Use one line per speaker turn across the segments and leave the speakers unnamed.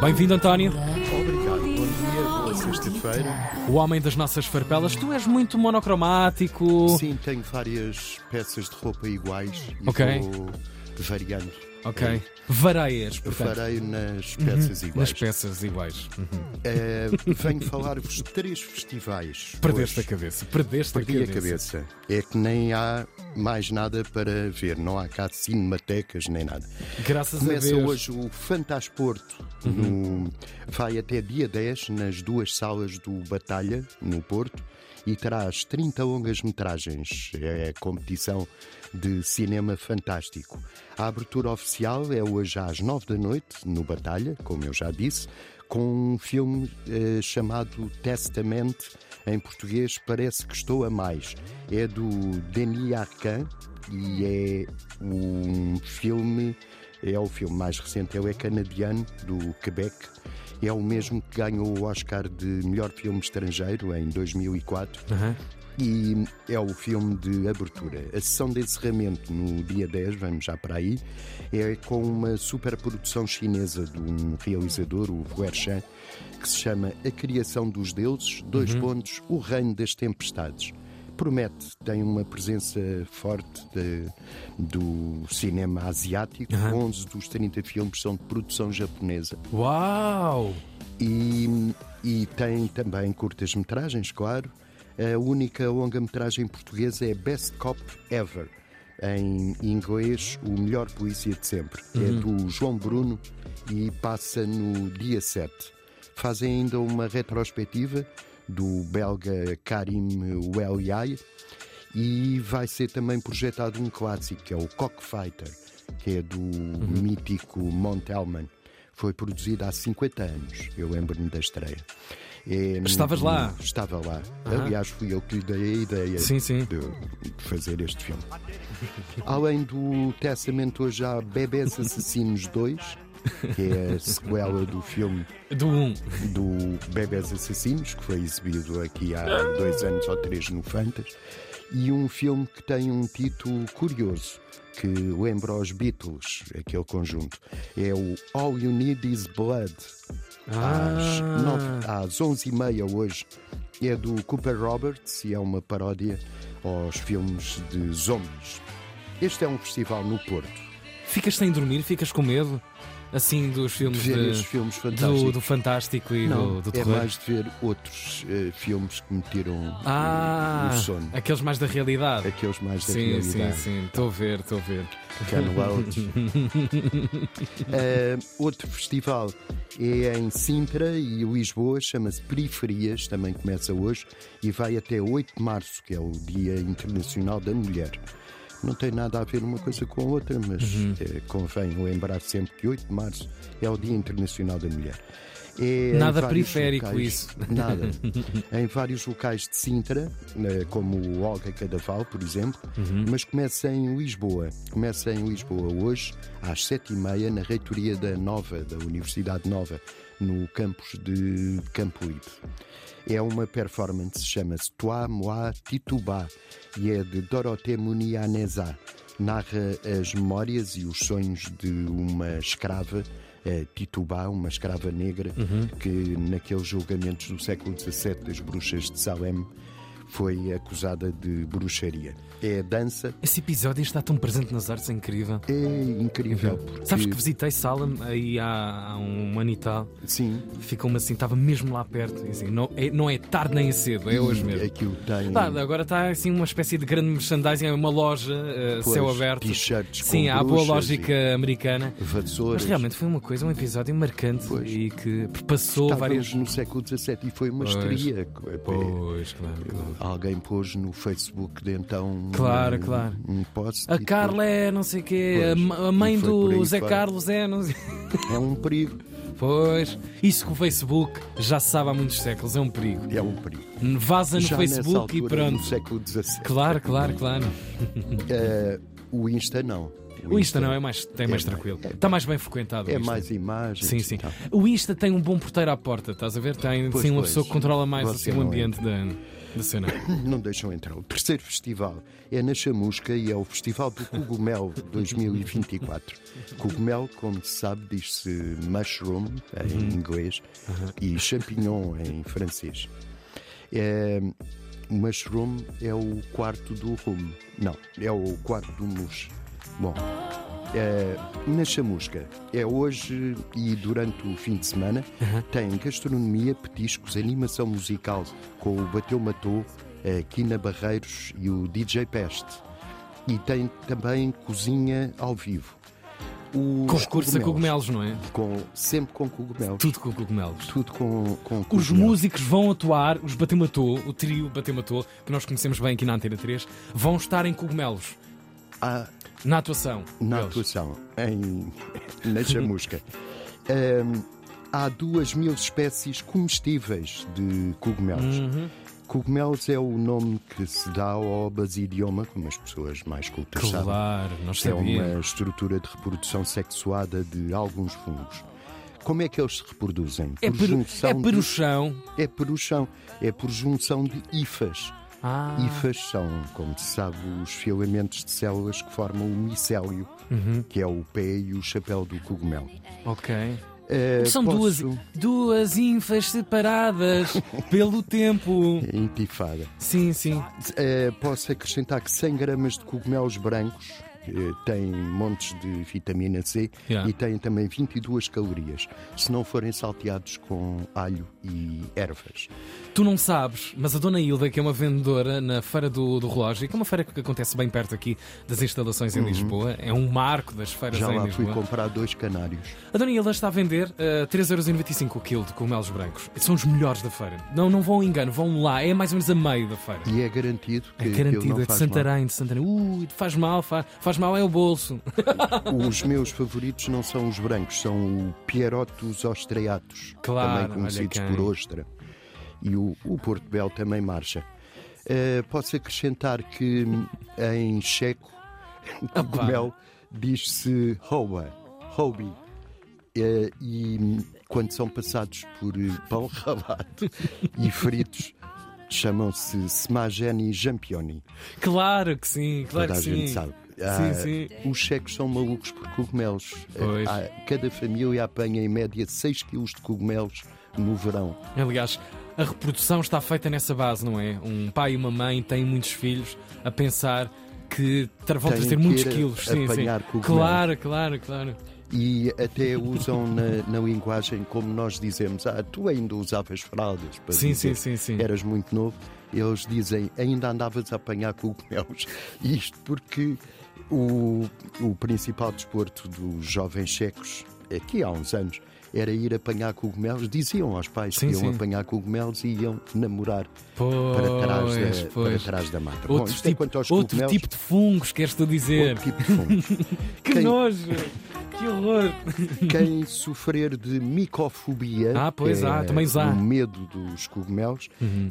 Bem-vindo, António.
Obrigado, bom dia, boa sexta-feira.
O homem das nossas farpelas. Tu és muito monocromático.
Sim, tenho várias peças de roupa iguais e
Ok.
vou variando.
Ok. Vareias,
Eu
portanto. Uhum,
farei nas peças iguais.
Nas peças iguais. Uhum.
Eh, venho falar-vos de três festivais.
Perdeste a
hoje.
cabeça. Perdeste
Perdi
a
a cabeça. É que nem há mais nada para ver. Não há cá cinematecas nem nada.
Graças a
Começa
Deus.
hoje o Fantasporto. no- Vai até dia 10 nas duas salas do Batalha, no Porto, e traz 30 longas-metragens. É a competição de cinema fantástico. A abertura oficial é hoje às 9 da noite, no Batalha, como eu já disse, com um filme eh, chamado Testament. Em português, parece que estou a mais. É do Denis Arcan e é um filme é o filme mais recente, ele é canadiano, do Quebec. É o mesmo que ganhou o Oscar de melhor filme estrangeiro em 2004
Uhum.
e é o filme de abertura. A sessão de encerramento no dia 10, vamos já para aí, é com uma superprodução chinesa de um realizador, o Guer Shan, que se chama A Criação dos Deuses, dois pontos, O Reino das Tempestades. Promete, tem uma presença forte de- do cinema asiático. 11 dos 30 filmes são de produção japonesa.
Uau!
E, e tem também curtas-metragens, claro. A única longa-metragem portuguesa é Best Cop Ever. Em inglês, o melhor polícia de sempre. É do João Bruno e passa no dia 7. Fazem ainda uma retrospectiva do belga Karim Welliai e vai ser também projetado um clássico, que é o Cockfighter, que é do
Uhum.
mítico Mont Hellman. Foi produzido há 50 anos, eu lembro-me da estreia. É,
Estavas
hum,
lá?
Estava lá. Aliás, fui eu que lhe dei a ideia
Sim, sim.
De, de fazer este filme. Além do testamento, hoje há Bebês Assassinos 2, que é a sequela do filme
Do 1. Um.
do Bebés Assassinos, que foi exibido aqui há dois anos ou três no Fantas, e um filme que tem um título curioso, que lembra os Beatles, aquele conjunto. É o All You Need Is Blood, às,
Ah.
nove, às 11h30 hoje. É do Cooper Roberts e é uma paródia aos filmes de zombies. Este é um festival no Porto.
Ficas sem dormir? Ficas com medo? Assim, dos filmes
Ver
de-
estes filmes
do,
fantásticos.
do Fantástico e
Não,
do, do
é
Terror?
mais de ver outros eh, filmes que me tiram
Ah,
o sono.
aqueles mais da realidade.
Aqueles mais da
Sim, sim,
realidade.
sim. Estou a ver, estou a ver.
Canelaudes. Eh, outro festival é em Sintra e Lisboa, chama-se Periferias, também começa hoje e vai até 8 de março, que é o Dia Internacional da Mulher. Não tem nada a ver uma coisa com a outra, mas
Uhum.
eh, convém lembrar sempre que 8 de março é o Dia Internacional da Mulher. É em
Nada
vários
periférico
locais-
isso.
Nada. em vários locais de Sintra, eh, como o Olga Cadaval, por exemplo, mas começa em Lisboa. Começa em Lisboa hoje, às sete e meia, na reitoria da Nova, da Universidade Nova, no campus de Campo Lido. É uma performance, chama-se Toi, Moi, Tituba, e é de Dorothée Munianezá. Narra as memórias e os sonhos de uma escrava eh, Titubá, uma escrava negra,
Uhum.
que naqueles julgamentos do século XVII das bruxas de Salem foi acusada de bruxaria. É a dança,
Esse episódio está tão presente nas artes, é incrível.
é incrível. Porque,
Uhum. Sabes que visitei Salem aí há, há um ano e tal.
Sim,
Ficou-me assim, estava mesmo lá perto. E assim, não, é, não é tarde nem é cedo, é
Hum,
hoje mesmo.
aquilo tem.
Tá, agora está assim uma espécie de grande merchandising, é uma loja, eh,
Pois,
céu aberto.
t-shirts com
Sim, há a boa
bruxas
lógica americana.
Vassouras.
Mas realmente foi uma coisa, um episódio marcante
Pois.
e que passou
Estávamos
várias.
no século XVII e foi uma
Pois.
estreia. É,
Pois, claro. claro.
Alguém pôs no Facebook de então
Claro,
um,
claro.
um post.
A
e
Carla é não sei o quê, a
Pois,
ma- a,
e
mãe
foi por
do
aí
Zé
fora.
Carlos é. Não sei.
depois- É um perigo.
Pois, isso que o Facebook já se sabe há muitos séculos, é um perigo.
É um perigo.
Vaza no
Já nessa
Facebook e
altura, No
pronto.
século XVII.
Claro, claro, claro.
Eh, É, o Insta não.
O Insta não, é mais, tem mais tranquilo. Está mais bem frequentado. o
É
Insta.
mais imagens.
Sim,
e
sim.
tal.
O Insta tem um bom porteiro à porta, estás a ver? Tem
Pois,
sim uma
pois.
pessoa que controla mais
Você
assim, o
não
ambiente da, da cena.
Não deixam entrar. O terceiro festival é na Chamusca e é o Festival do Cogumel 2024. Cogumel, como se sabe, diz-se mushroom em
Uhum.
inglês e champignon em francês. É, o mushroom é o quarto do rumo. Não, é o quarto do mus. Bom, é, na Chamusca é hoje e durante o fim de semana. Tem gastronomia, petiscos, animação musical com o Bateu Matou, a Quina Barreiros e o DJ Peste. E tem também cozinha ao vivo. Os
Concurso a cogumelos, não é?
Com, sempre com cogumelos.
Tudo com cogumelos.
Tudo com, com
Os
cogumelos.
músicos vão atuar, os Batematou, o trio Batematou, que nós conhecemos bem aqui na Antena 3, vão estar em cogumelos,
Ah,
na atuação.
na
deles.
atuação em, na chamusca. Ahm, há duas mil espécies comestíveis de cogumelos.
Uhum.
Cogumelos é o nome que se dá ao basidioma, como as pessoas mais cultas sabem.
Claro, nós
É
sabíamos.
uma estrutura de reprodução sexuada de alguns fungos. Como é que eles se reproduzem?
É,
Por
peru,
junção
é
de-
peruchão.
é peruchão. É por junção de hifas.
Ah,
Hifas são, como se sabe, os filamentos de células que formam o micélio,
Uhum.
que é o pé e o chapéu do cogumelo.
ok.
Eh,
São
posso-
duas, duas infas separadas pelo tempo.
Intifada.
Sim, sim.
Eh, posso acrescentar que 100 gramas de cogumelos brancos eh, têm montes de vitamina C
Yeah.
e têm também 22 calorias, se não forem salteados com alho e ervas.
Tu não sabes, mas a Dona Hilda, que é uma vendedora na Feira do, do Relógio, que é uma feira que acontece bem perto aqui das instalações em Lisboa, é um marco das feiras
Uhum. Já
em
lá fui
Lisboa.
comprar dois canários.
A Dona Hilda está a vender eh, 3,95€ o quilo de cogumelos brancos. São os melhores da feira. Não, não vão ao engano, vão lá. É mais ou menos a meio da feira.
E é garantido que
É
aquilo não
garantido, é de
faz
Santarém, de Santarém. Ui, faz mal, faz, faz mal é o bolso.
mal. Os meus favoritos não são os brancos, são o Pierotus ostreatus,
Claro, olha
também conhecidos
quem.
por ostra. E o, o Porto Belo também marcha. Eh, posso acrescentar que em checo o cogumelo diz-se hoba, hobi. Eh, e hum, quando são passados por eh, pão ralado e fritos, chamam-se semageni jampioni.
Claro que sim, claro
Toda
que
a
sim.
gente sabe. Ah,
Sim, sim.
Os checos são malucos por cogumelos.
Pois.
Ah, cada família apanha em média 6 quilos de cogumelos no verão.
Aliás, a reprodução está feita nessa base, não é? Um pai e uma mãe têm muitos filhos a pensar que ter- vão
Têm
ter
que
muitos
ir a-
quilos. Sim, sim.
apanhar cogumelos.
Claro, claro, claro.
E até usam na, na linguagem como nós dizemos: Ah, tu ainda usavas fraldas. Para
Sim,
dizer
sim, sim, sim.
que Eras muito novo. Eles dizem: Ainda andavas a apanhar cogumelos. Isto porque o, o principal desporto dos jovens checos, aqui há uns anos, era ir apanhar cogumelos. Diziam aos pais
Sim,
que iam
sim.
apanhar cogumelos e iam namorar
Pois,
para trás da, para
pois.
trás da mata. Bom,
Outro,
isto é
tipo,
quanto aos
outro
cogumelos,
tipo de fungos, queres tu dizer?
outro tipo de fungos.
Que
Quem-
nojo! Que horror!
Quem sofrer de micofobia,
Ah, pois
que
há, também os há. Uhum.
o medo dos cogumelos,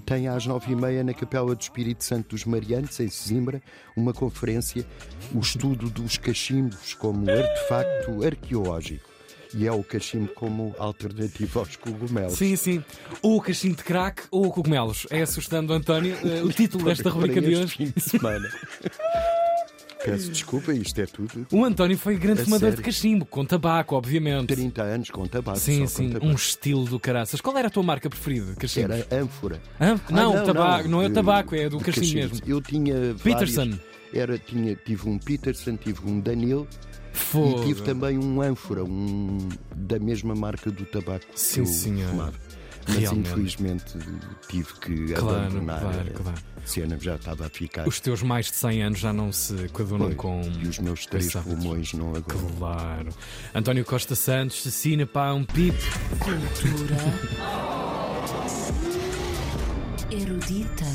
tem às nove e meia na Capela do Espírito Santo dos Marianos, em Sesimbra, uma conferência, o estudo dos cachimbos como artefacto arqueológico. E é o cachimbo como alternativa aos cogumelos.
Sim, sim. Ou o cachimbo de crack ou o cogumelos. É assustando o António eh, o título desta
Para
rubrica de
este
hoje.
fim de semana. Peço desculpa, isto é tudo.
O António foi grande
A
fumador de
sério?
cachimbo, com tabaco, obviamente.
30 anos com tabaco.
Sim,
só com
sim,
tabaco.
um estilo do caraças. Qual era a tua marca preferida? de Cachimbos?
Era ânfora.
Hã?
Ah,
não, tabaco, não, é o
de-
tabaco, é do
de
cachimbo
cachimbos.
mesmo.
Eu tinha.
Peterson.
vários. Era, tinha, tive um Peterson, tive um Daniel
Fogo.
e tive também um ânfora, um, da mesma marca do tabaco. que
Sim,
eu
senhor.
fumava. Mas
Realmente.
infelizmente tive que
Claro,
abandonar.
claro,
a
claro.
cena já estava a ficar.
Os teus mais de 100 anos já não se coadunam
Foi.
com.
E os meus três
Exato.
pulmões não aguentam.
Claro. António Costa Santos, Cecina Pá, um Pip.
erudita.